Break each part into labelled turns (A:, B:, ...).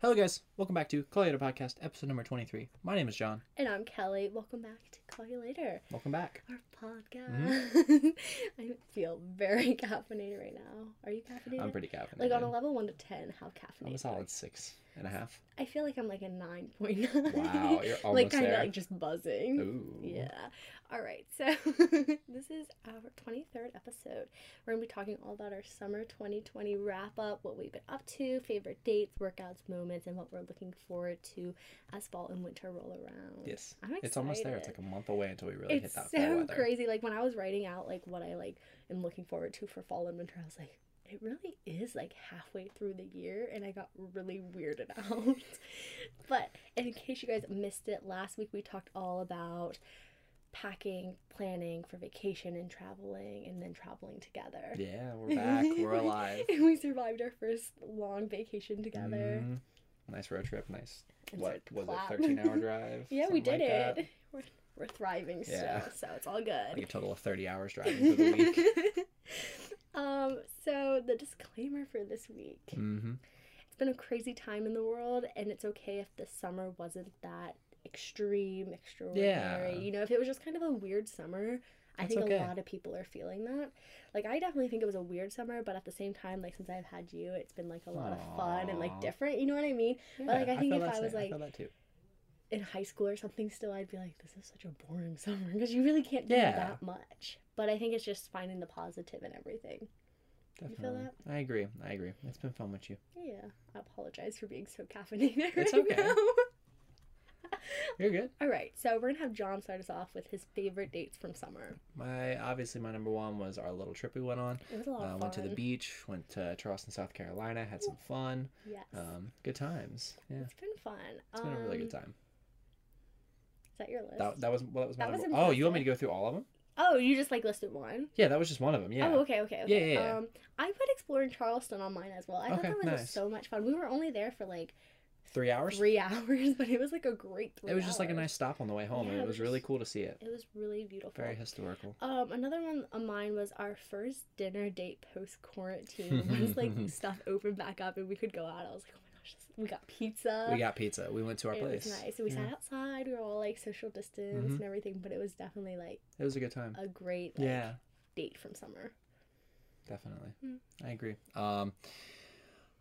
A: Hello, guys. Welcome back to Collider Podcast, episode number 23. My name is John.
B: And I'm Kelly. Welcome back to Call You Later,
A: Welcome back.
B: our podcast.
A: Mm-hmm.
B: I feel very caffeinated right now. Are you caffeinated?
A: I'm pretty caffeinated.
B: like on a level one to ten, how caffeinated?
A: I'm a
B: are you?
A: solid six and a half.
B: I feel like I'm like a nine point nine.
A: Wow, you're almost
B: like kind of
A: there.
B: like just buzzing.
A: Ooh.
B: Yeah. All right. So this is our 23rd episode. We're going to be talking all about our summer 2020 wrap up, what we've been up to, favorite dates, workouts, moments, and what we're looking forward to as fall and winter roll around.
A: Yes.
B: I'm excited.
A: It's almost there. It's like a month away until we really hit
B: It's
A: that fall
B: so
A: weather.
B: crazy. Like when I was writing out like what I like am looking forward to for fall and winter, I was like, it really is like halfway through the year, and I got really weirded out. but in case you guys missed it, last week we talked all about packing, planning for vacation and traveling, and then traveling together.
A: Yeah, we're back. We're alive.
B: and we survived our first long vacation together.
A: Mhm. Nice road trip. Nice.
B: And
A: what
B: so
A: was
B: clap.
A: it? 13 hour drive?
B: yeah,
A: Something
B: we did
A: like
B: it.
A: that.
B: We're, we're thriving still,
A: Yeah.
B: so it's all good.
A: Like a total of 30 hours driving for the week.
B: um, so the disclaimer for this week.
A: mm-hmm.
B: It's been a crazy time in the world and it's okay if the summer wasn't that extreme, extraordinary.
A: Yeah.
B: You know, if it was just kind of a weird summer, I
A: That's
B: think
A: okay.
B: a lot of people are feeling that. Like I definitely think it was a weird summer, but at the same time, like since I've had you, it's been like a lot of fun and
A: Aw.
B: like different, you know what I mean? But like I think if I was
A: I
B: like
A: feel that too.
B: in high school or something still i'd be like this is such a boring summer because you really can't do
A: Yeah.
B: that much but i think it's just finding the positive in everything feel
A: Definitely. I agree. I agree. It's been fun with you.
B: yeah i apologize for being so caffeinated
A: It's
B: right
A: okay.
B: now.
A: You're good.
B: all right so we're gonna have john start us off with his favorite dates from summer
A: My obviously my number one was our little trip we went on.
B: it was a lot
A: Uh,
B: of Oh, fun
A: went to the beach, went to Charleston, South Carolina, had some fun,
B: yes
A: um, good times. Yeah,
B: it's been fun
A: it's been a really good
B: Um,
A: time.
B: is that your list
A: That, that was well, that was my
B: that was
A: number- oh, you want me to go through all of them?
B: oh you just like listed one
A: Yeah, that was just one of them. Yeah,
B: Oh, okay, okay, okay.
A: Yeah, yeah, yeah.
B: Um, I put Explore in Charleston on mine as well. I thought
A: Okay,
B: that was
A: nice.
B: just so much fun. We were only there for like
A: three hours.
B: three hours, but it was like a great three
A: it was just like a
B: hours.
A: nice stop on the way home.
B: Yeah,
A: and
B: it
A: it
B: was
A: was really
B: just-
A: cool to see it.
B: It was really beautiful.
A: Very historical.
B: um, another one of mine was our first dinner date post quarantine. Once like stuff opened back up and we could go out, I was like, oh my gosh, this, we got pizza.
A: we got pizza. We went to our
B: Uh, it
A: place.
B: was nice. And we
A: Yeah.
B: sat outside. We were all like social distance
A: Mhm.
B: and everything, but it was definitely like
A: It was a good time.
B: a great like,
A: Yeah,
B: date from summer.
A: definitely.
B: Mm.
A: I agree. Um,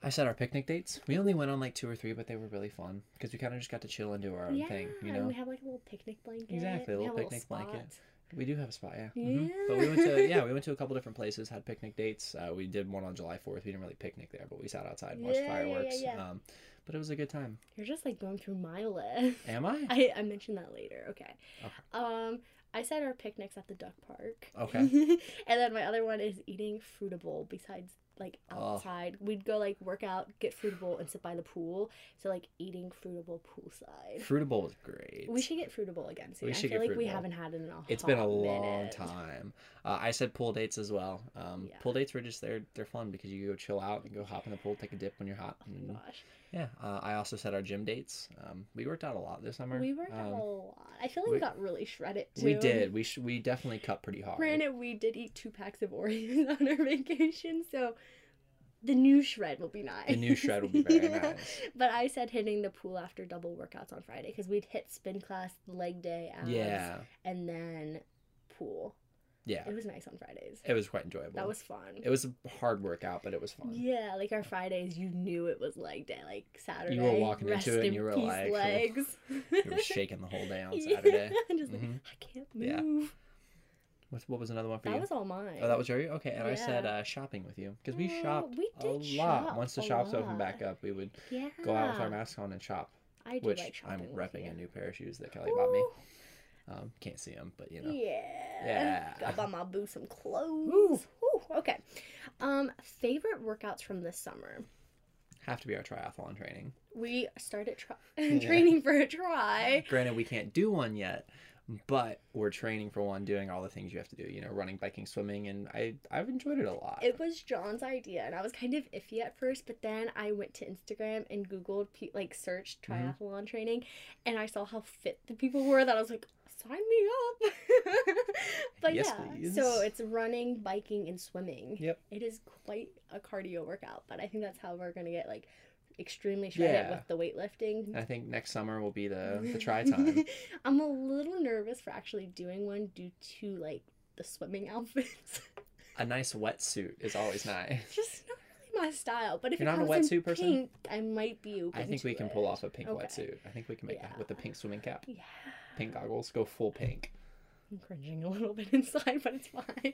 A: I said our picnic dates. We only went on like two or three, but they were really fun because we kind of just got to chill and do our own
B: yeah,
A: thing. You
B: and
A: know,
B: we have like a little picnic blanket.
A: Exactly, a
B: we
A: little
B: have
A: picnic blanket.
B: spot.
A: We do have a spot, yeah. Mhm. But we went to yeah, we went to a couple different places, had picnic dates. Uh, we did one on July Fourth. We didn't really picnic there, but we sat outside, and watched
B: Yeah, yeah, yeah,
A: fireworks.
B: yeah.
A: Um, but it was a good time.
B: You're just like going through my list.
A: Am I?
B: I, I mentioned that later. Okay.
A: Okay.
B: Um, I said our picnics at the duck park.
A: Okay.
B: and then my other one is eating fruitable. Besides, like
A: Oh.
B: outside, we'd go like work out, get fruitable, and sit by the pool. So like eating fruitable poolside.
A: Fruitable was great.
B: We should get fruitable again soon.
A: We
B: I
A: should
B: feel
A: get
B: like we
A: Fruitable.
B: haven't had it in a.
A: It's been a
B: hot
A: long
B: minute. Oh
A: time. Uh, I said pool dates as well. Um,
B: Yeah.
A: Pool dates were just they're they're fun because you go chill out and go hop in the pool, take a dip when you're hot.
B: Oh
A: and-
B: my gosh,
A: yeah. Uh, I also said our gym dates. Um, we worked out a lot this summer.
B: we worked
A: Um,
B: out a lot. I feel like we,
A: we-
B: got really shredded too.
A: We did. We sh- we definitely cut pretty hard.
B: Granted, we did eat two packs of Oreos on our vacation, so the new shred will be nice.
A: The new shred will be very
B: Yeah.
A: nice.
B: But I said hitting the pool after double workouts on Friday because we'd hit spin class, leg day, abs,
A: Yeah.
B: and then pool.
A: Yeah.
B: It was nice on Fridays.
A: It was quite enjoyable.
B: That was fun.
A: It was a hard workout, but it was fun.
B: Yeah, like our Fridays, you knew it was leg day, like Saturday.
A: walking into
B: rest
A: it and
B: in
A: you were
B: peace
A: like, "Oof."
B: legs.
A: We were shaking the whole day on
B: Yeah,
A: Saturday.
B: just like,
A: Mhm.
B: I can't
A: Yeah.
B: move.
A: What, what was another one for
B: That
A: you?
B: was all mine.
A: oh, that was your okay. And I said
B: Yeah.
A: uh, shopping with you because we
B: Oh,
A: shopped
B: we
A: a
B: did
A: lot.
B: shop
A: Once the
B: a
A: shops opened
B: lot.
A: back up, we would
B: yeah.
A: go out with our masks on and shop.
B: I do
A: Which
B: like shopping
A: I'm
B: with
A: repping
B: you.
A: a new pair of shoes that Kelly bought me.
B: Ooh,
A: Um, can't see them, but you know.
B: Yeah.
A: Yeah.
B: Gotta buy my boo some clothes. Ooh, okay. Um, favorite workouts from this summer.
A: Have to be our triathlon training.
B: We started tri-
A: Yeah.
B: training for a try.
A: Granted, we can't do one yet, but we're training for one, doing all the things you have to do. You know, running, biking, swimming, and I I've enjoyed it a lot.
B: It was John's idea, and I was kind of iffy at first, but then I went to Instagram and Googled, pe- like, searched triathlon
A: Mhm.
B: training, and I saw how fit the people were that I was like, sign me up. but
A: Yes,
B: yeah,
A: please.
B: so it's running, biking, and swimming.
A: Yep.
B: It is quite a cardio workout, but I think that's how we're going to get, like, extremely shredded
A: Yeah.
B: with the weightlifting.
A: I think next summer will be the the try time.
B: I'm a little nervous for actually doing one due to like the swimming outfits.
A: A nice wetsuit is always nice.
B: Just not really my style. But if
A: You're
B: it
A: not a
B: comes in
A: wetsuit person?
B: pink, I might be open.
A: I think we
B: to
A: can
B: it.
A: pull off a pink
B: Okay.
A: wetsuit. I think we can make that with the pink swimming cap,
B: Yeah.
A: pink goggles, go full pink.
B: I'm cringing a little bit inside, but it's fine.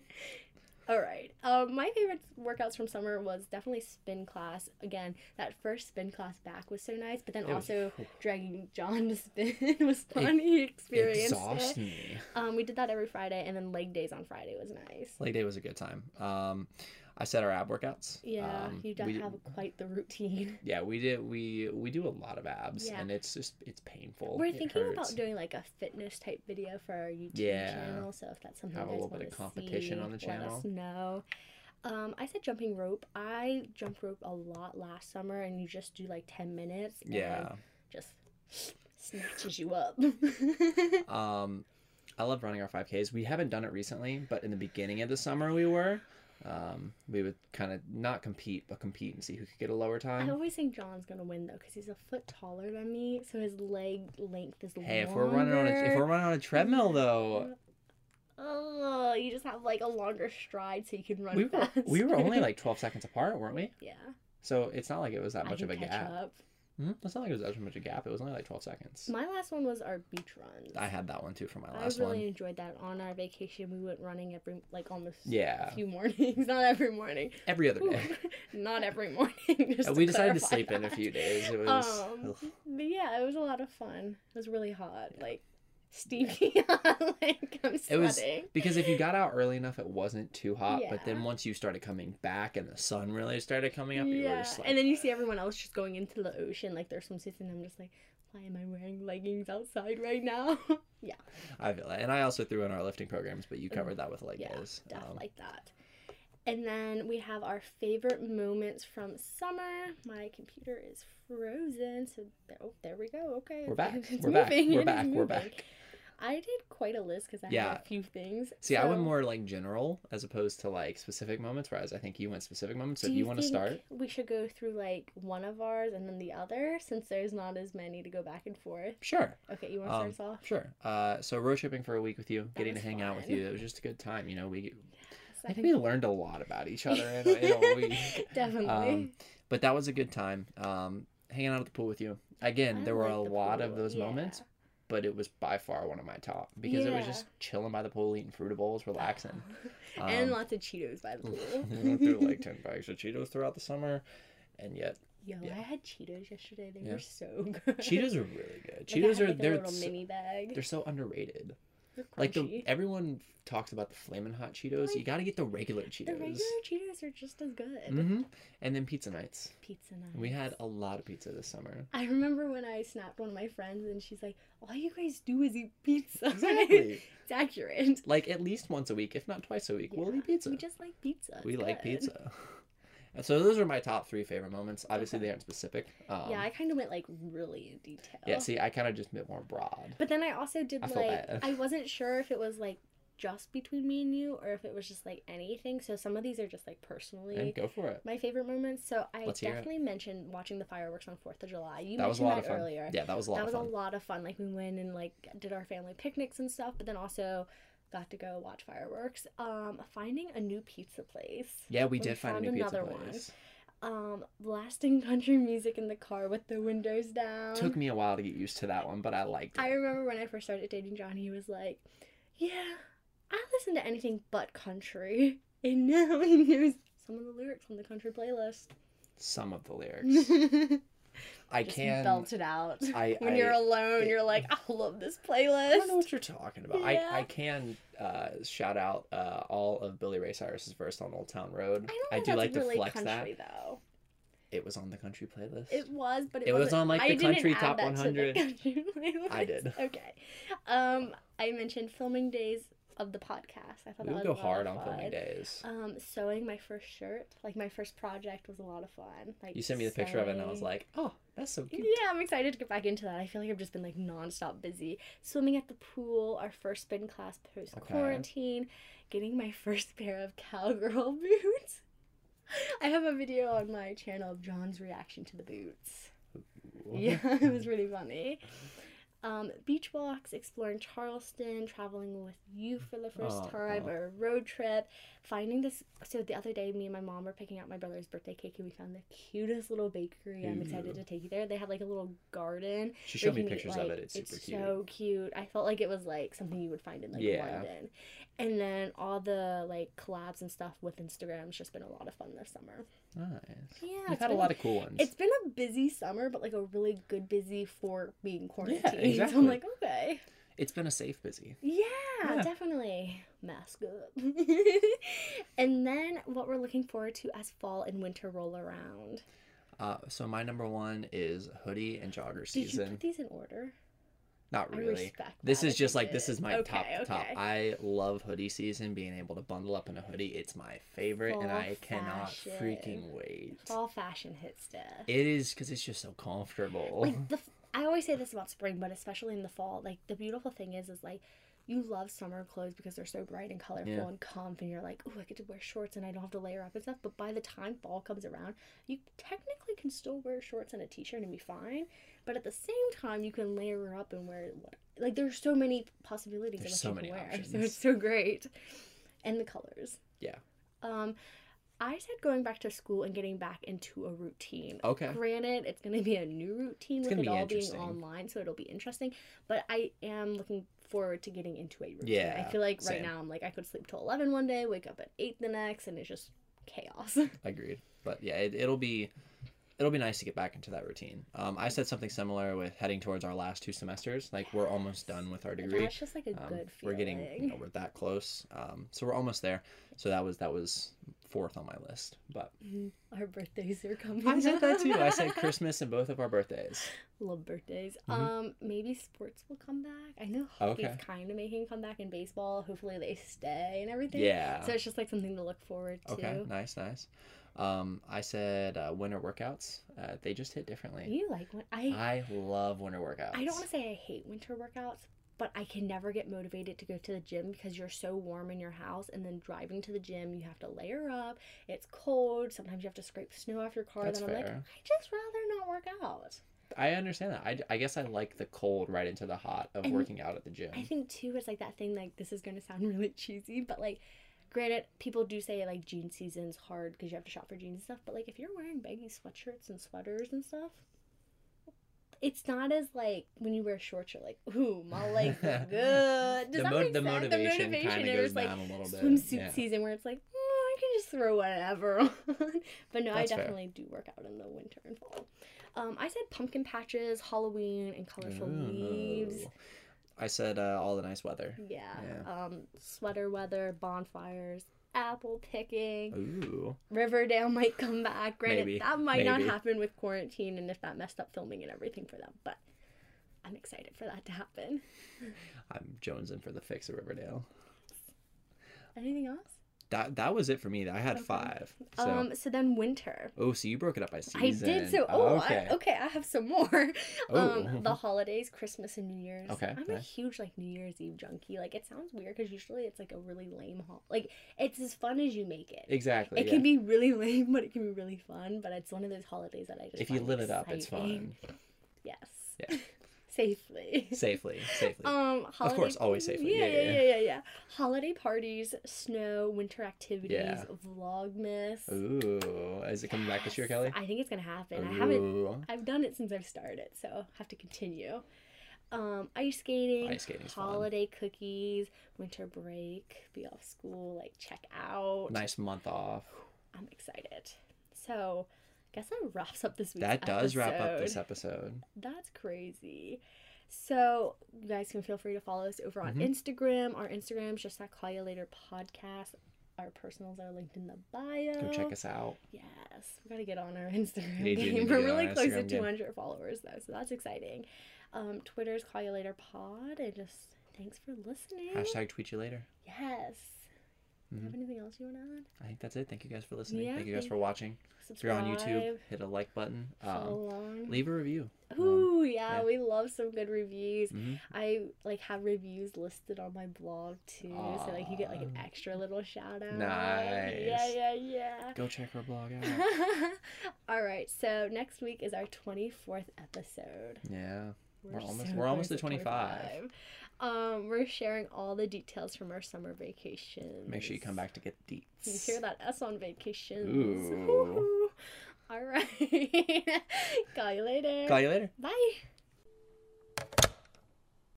B: All right. Um, my favorite workouts from summer was definitely spin class. Again, that first spin class back was so nice, but then
A: It was
B: also dragging John to spin was fun. He experienced it.
A: exhausting.
B: Um, we did that every Friday, and then leg days on Friday was nice.
A: Leg day was a good time. Um, I set our ab workouts.
B: Yeah,
A: Um,
B: you don't
A: we-
B: have quite the routine.
A: Yeah, we did. We we do a lot of abs,
B: Yeah.
A: and it's just it's painful.
B: We're
A: It
B: thinking
A: hurts.
B: about doing like a fitness type video for our YouTube
A: Yeah.
B: channel. So if that's something
A: Have a
B: you guys
A: little bit
B: want
A: of
B: to
A: competition
B: see,
A: on the
B: let
A: channel.
B: us know. Um, I said jumping rope. I jumped rope a lot last summer, and you just do like ten minutes. and
A: Yeah.
B: just snatches you up.
A: Um, I love running our 5Ks. We haven't done it recently, but in the beginning of the summer we were. Um, we would kind of not compete, but compete and see who could get a lower
B: I
A: time.
B: always think John's gonna win though, because he's a foot taller than me, so his leg length is longer.
A: Hey, if we're running on a if we're running on a treadmill though,
B: Oh, you just have like a longer stride so you can run
A: we were
B: faster.
A: we were only like 12 seconds apart, weren't we?
B: yeah.
A: So it's not like it was that
B: I
A: much of
B: can
A: a
B: catch
A: gap.
B: Up.
A: Hmm? It's not like it was that much of a gap. It was only like 12 seconds.
B: My last one was our beach runs.
A: I had that one too for my
B: I
A: last
B: really
A: one.
B: enjoyed that. On our vacation, we went running every like almost
A: Yeah,
B: a few mornings, not every morning,
A: every other
B: Ooh,
A: day.
B: not every morning. just
A: we decided to
B: clarify
A: sleep in a
B: that.
A: few days. It was
B: Um,
A: ugh.
B: but yeah, it was a lot of fun. It was really hot, like steamy hot. like I'm
A: It
B: sweating.
A: was- because if you got out early enough, it wasn't too hot. But
B: Yeah.
A: then once you started coming back and the sun really started coming up, you were just like,
B: and then you see everyone else just going into the ocean, like their swimsuits, and I'm just like, why am I wearing leggings outside right now? yeah,
A: I feel that. And I also threw in our lifting programs, but you covered that with leg
B: Mm, yeah,
A: days.
B: stuff
A: Um,
B: like that. And then we have our favorite moments from summer. My computer is frozen, so there, oh, there we go. Okay,
A: we're back.
B: it's
A: We're back.
B: moving, it
A: We're
B: is
A: back. We're
B: moving.
A: back.
B: I did quite a list because I
A: Yeah.
B: had a few things.
A: See, I went
B: so
A: more like general as opposed to like specific moments, whereas I think you went specific moments. So
B: do
A: if you, want to
B: think
A: start,
B: We should go through like one of ours and then the other, since there's not as many to go back and forth.
A: sure.
B: Okay, you want to
A: Um,
B: start us off?
A: Sure. Uh, so road tripping for a week with you, getting to
B: was
A: hang out with
B: fun.
A: you, it was just a good time. You know, we I
B: Second
A: think we learned a lot about each other in, a- in a week.
B: Definitely.
A: Um, but that was a good time. Um, hanging out at the pool with you. Again,
B: I
A: there were
B: like
A: a
B: the
A: lot of
B: pool,
A: those
B: yeah.
A: moments, but it was by far one of my top because it was
B: Yeah.
A: just chilling by the pool, eating fruita bowls, relaxing. Um,
B: and lots of Cheetos by the
A: we went through
B: pool.
A: like ten bags of Cheetos throughout the summer, and yet
B: Yo,
A: yeah.
B: I had Cheetos yesterday. They
A: Yeah.
B: were so good.
A: Cheetos are really good.
B: Like, I
A: Cheetos
B: had,
A: are
B: like, a
A: they're
B: little
A: so-
B: mini bag.
A: they're so underrated.
B: They're
A: Like the
B: crunchy.
A: everyone talks about the flaming hot Cheetos. You
B: Like,
A: got to get the regular
B: the
A: Cheetos.
B: regular Cheetos are just as good.
A: hmm And then pizza nights.
B: Pizza night.
A: We had a lot of pizza this summer.
B: I remember when I snapped one of my friends and she's like, "All you guys do is eat pizza."
A: Exactly.
B: it's accurate.
A: like at least once a week, if not twice a week, we'll
B: Yeah,
A: eat pizza.
B: We
A: We,
B: just like pizza. It's
A: like
B: good.
A: pizza. And so those are my top three favorite moments. Obviously,
B: Okay.
A: they aren't specific. Um,
B: yeah, I oh. kind of went like really in detail.
A: yeah. See, I kind of just meant more broad.
B: But then I also did
A: I feel
B: like
A: bad.
B: I wasn't sure if it was like just between me and you or if it was just like anything. So some of these are just like personally
A: And go for it.
B: my favorite moments. So I
A: Let's hear it.
B: definitely mentioned watching the fireworks on Fourth of July. You
A: That was a
B: mentioned
A: lot of
B: that
A: fun.
B: earlier.
A: Yeah, that was a lot
B: that
A: of
B: was
A: fun.
B: a lot of fun. Like we went and like did our family picnics and stuff, but then also got to go watch fireworks. Um, finding a new pizza place.
A: Yeah, we
B: We
A: did find a
B: found
A: new pizza
B: another one.
A: place.
B: Um, blasting country music in the car with the windows down.
A: Took me a while to get used to that one, but I liked it.
B: I remember when I first started dating John, he was like, Yeah, I listen to anything but country. And now he knows some of the lyrics on the country playlist.
A: Some of the lyrics.
B: Just
A: I can.
B: belt it out.
A: I,
B: When
A: I,
B: you're alone,
A: it-
B: you're like, I love this
A: I don't know
B: playlist.
A: what you're talking about.
B: Yeah.
A: I, I can uh, shout out uh, all of Billy Ray Cyrus's verse on Old Town Road. I,
B: I don't
A: do
B: know
A: like
B: if that's really
A: to flex that.
B: country though.
A: It was on the country playlist.
B: It was, but it,
A: It was
B: wasn't-
A: on, like, the
B: I didn't
A: country
B: add
A: top
B: that to the
A: 100.
B: country playlist.
A: I did.
B: Okay. Um, I mentioned filming days of the podcast. I
A: we
B: thought that was
A: would
B: a
A: go
B: lot
A: hard
B: of
A: on filming
B: fun.
A: days.
B: Um, sewing my first shirt, like my first project, was a lot of fun. Like
A: You sent me the picture of it, and I was
B: sewing.
A: like, "Oh, that's so cute."
B: yeah, I'm excited to get back into that. I feel like I've just been like nonstop busy. Swimming at the pool, our first spin class post quarantine, getting my first pair of cowgirl boots. I I have a video on my channel of John's reaction to the boots.
A: Whoa.
B: Yeah, it was really funny. Um, beach walks, exploring Charleston, traveling with you for the first
A: Aw.
B: time, or a road trip, finding this. So the other day, me and my mom were picking out my brother's birthday cake, and we found the cutest little bakery. I'm excited
A: Ooh.
B: to take you there. They have like a little garden.
A: She showed
B: where
A: me
B: you can eat,
A: pictures of
B: like-
A: it. It's super cute.
B: so cute. I felt like it was like something you would find in like
A: Yeah.
B: London. And then all the like collabs and stuff with Instagram. It's just been a lot of fun this summer.
A: Nice.
B: Yeah,
A: You've
B: it's
A: had a
B: been
A: lot of cool ones.
B: it's been a busy summer, but like a really good busy for being quarantined. So
A: exactly.
B: I'm like, okay.
A: it's been a safe busy.
B: Yeah,
A: Yeah.
B: definitely. Mask up. and then what we're looking forward to as fall and winter roll around.
A: Uh, so my number one is hoodie and jogger
B: Did you
A: season.
B: put these in order?
A: Not
B: I
A: really.
B: respect
A: This
B: is
A: is just like this is my top top.
B: Okay.
A: I love hoodie season. Being able to bundle up in a hoodie, it's my favorite, and
B: Fall
A: I cannot freaking
B: fashion.
A: wait.
B: Fall fashion hit stuff.
A: It is because it's just so comfortable.
B: like the f- I always say this about spring, but especially in the fall, like the beautiful thing is is like you love summer clothes because they're so bright and colorful
A: Yeah.
B: and comfy and you're like, "Oh, I get to wear shorts and I don't have to layer up and stuff." But by the time fall comes around, you technically can still wear shorts and a t-shirt and be fine, but at the same time, you can layer it up and wear what like there's so many possibilities
A: There's
B: of what
A: so
B: you
A: many
B: can wear. So
A: options.
B: it's so great. And the colors.
A: Yeah.
B: Um I said going back to school and getting back into a routine.
A: okay.
B: Granted, it's going to be a new routine
A: It's
B: with
A: gonna
B: it
A: be
B: all being
A: interesting.
B: online, so it'll be interesting. But I am looking forward to getting into a routine.
A: Yeah,
B: I feel like right
A: same.
B: now I'm like I could sleep till eleven one day, wake up at eight the next, and it's just chaos.
A: Agreed. But yeah, it, it'll be it'll be nice to get back into that routine. Um, I said something similar with heading towards our last two semesters. Like we're almost done with our
B: But
A: degree.
B: That's just like a
A: Um,
B: good
A: we're
B: feeling.
A: getting you know, we're that close. Um, so we're almost there. So that was that was fourth on my list. But
B: Mhm. Our birthdays are coming.
A: I said that too. I said
B: up.
A: Christmas and both of our birthdays.
B: Love birthdays.
A: Mhm.
B: Um, maybe sports will come back. I know hockey's
A: Oh, Okay.
B: kind of making a comeback in baseball. Hopefully they stay and everything.
A: Yeah.
B: So it's just like something to look forward to.
A: Okay, nice, nice. Um, I said uh, winter workouts. Uh, they just hit differently.
B: You like when I
A: I love winter workouts.
B: I don't want to say I hate winter workouts, but I can never get motivated to go to the gym because you're so warm in your house, and then driving to the gym, you have to layer up. It's cold. Sometimes you have to scrape snow off your car.
A: That's
B: then I'm like,
A: fair.
B: I just rather not work out.
A: I understand that. I, I guess I like the cold right into the hot of
B: And
A: working out at the gym.
B: I think too, it's like that thing. Like this is gonna sound really cheesy, but like. Granted, people do say like jean season's hard because you have to shop for jeans and stuff, but like if you're wearing baggy sweatshirts and sweaters and stuff, it's not as like when you wear shorts, you're like, ooh, my legs look good. Does
A: the,
B: that
A: mo-
B: make
A: the
B: sense?
A: motivation kind of
B: and
A: goes
B: it's, like,
A: down a little bit.
B: swimsuit
A: yeah.
B: season where it's like, "Mm, I can just throw whatever on. but no,
A: That's
B: I
A: fair.
B: definitely do work out in the winter and fall. Um, I said pumpkin patches, Halloween, and colorful leaves.
A: Ooh. I said uh, all the nice weather.
B: Yeah.
A: Yeah.
B: Um, sweater weather, bonfires, apple picking.
A: Ooh,
B: Riverdale might come back. Granted,
A: Maybe.
B: that might not
A: Maybe.
B: happen with quarantine and if that messed up filming and everything for them. But I'm excited for that to happen.
A: I'm jonesing for the fix of Riverdale.
B: Anything else?
A: That that was it for me. I had
B: Okay.
A: five. So
B: Um, so then winter.
A: oh, so you broke it up by
B: I
A: season.
B: did so. Oh,
A: okay.
B: I, okay. I have some more.
A: Oh.
B: Um, the holidays, Christmas and New Year's.
A: Okay,
B: I'm a
A: nice.
B: huge like New Year's Eve junkie. Like it sounds weird because usually it's like a really lame hol. Like it's as fun as you make it.
A: exactly.
B: It
A: yeah.
B: can be really lame, but it can be really fun. But it's one of those holidays that I just
A: if you
B: find
A: live it up, it's
B: exciting.
A: fun.
B: Yes.
A: Yeah.
B: Safely.
A: safely, safely.
B: Um, holiday
A: course, always safely.
B: Yeah,
A: Yeah,
B: yeah,
A: yeah,
B: yeah, yeah, yeah. Holiday parties, snow, winter activities,
A: Yeah.
B: Vlogmas.
A: Ooh, is it coming back this year,
B: Yes,
A: Kelly?
B: I think it's gonna happen. I haven't.
A: Ooh.
B: I've done it since I've started, so I have to continue. Um, ice skating,
A: Ice skating's fun.
B: holiday cookies, winter break, be off school, like check out.
A: Nice month off.
B: I'm excited. So, I guess that wraps up this week.
A: That does wrap up this episode.
B: That's crazy. So you guys can feel free to follow us over on
A: Mhm.
B: Instagram. Our Instagram's just that call you later podcast. Our personals are linked in the bio.
A: Go check us out.
B: Yes, we gotta get on our Instagram
A: We do need
B: game.
A: to
B: We're
A: get on
B: really
A: our
B: close
A: Instagram
B: to
A: game.
B: 200 followers though, so that's exciting. Um, Twitter's call you later pod, and just thanks for listening.
A: Hashtag tweet you later.
B: Yes. Do you have anything else you want to add?
A: I think that's it. Thank you guys for listening.
B: Yeah,
A: Thank you guys
B: thank-
A: for watching. If you're
B: Subscribe.
A: on YouTube, hit a like button. Um,
B: follow along.
A: leave a review. um,
B: Ooh, yeah,
A: yeah.
B: we love some good reviews.
A: Mhm.
B: I like have reviews listed on my blog too, so like you get like an
A: Aw.
B: extra little shout out. Yeah,
A: Nice.
B: yeah, yeah.
A: Go check her blog out.
B: All right, so next week is our 24th episode.
A: yeah. We're almost-
B: so
A: we're almost
B: close
A: to 25.
B: 25. Um, we're sharing all the details from our summer vacation.
A: Make sure you come back to get deets.
B: You hear that S on vacation.
A: Ooh.
B: All right. Call you later.
A: Call you later.
B: Bye.